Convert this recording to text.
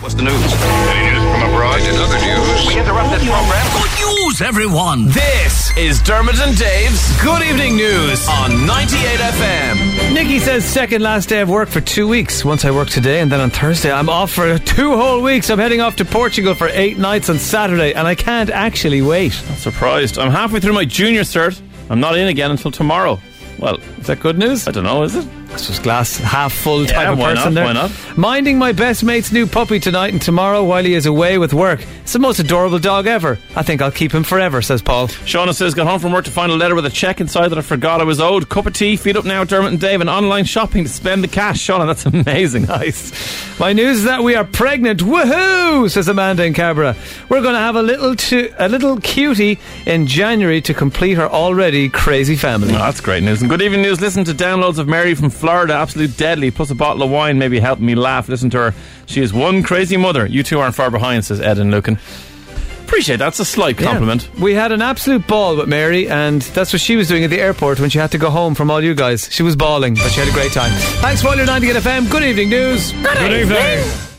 What's the news? Any news from abroad? And other news. We interrupt this program. Good news, everyone. This is Dermot and Dave's Good Evening News on 98FM. Nikki says second last day of work for two weeks. Once I work today and then on Thursday, I'm off for two whole weeks. I'm heading off to Portugal for eight nights on Saturday, and I can't actually wait. Surprised. I'm halfway through my junior cert. I'm not in again until tomorrow. Well, Is that good news? I don't know, is it? This was glass half full type of why not? person there. Why not? Minding my best mate's new puppy tonight and tomorrow while he is away with work. It's the most adorable dog ever. I think I'll keep him forever, says Paul. Shauna says, got home from work to find a letter with a check inside that I forgot I was owed. Cup of tea, feed up now, Dermot and Dave, and online shopping to spend the cash. Shauna, that's amazing. Nice. My news is that we are pregnant. Woohoo! Says Amanda in Cabra. We're going to have a little to, a little cutie in January to complete our already crazy family. Oh, that's great news. And good evening news. Listen to downloads of Mary from Florida, absolute deadly, plus a bottle of wine maybe helped me laugh. Listen to her. She is one crazy mother. You two aren't far behind, says Ed and Lucan. Appreciate that. That's a slight compliment. Yeah. We had an absolute ball with Mary, and that's what she was doing at the airport when she had to go home from all you guys. She was bawling, but she had a great time. Thanks for all your 98 FM. Good evening, news. Good evening.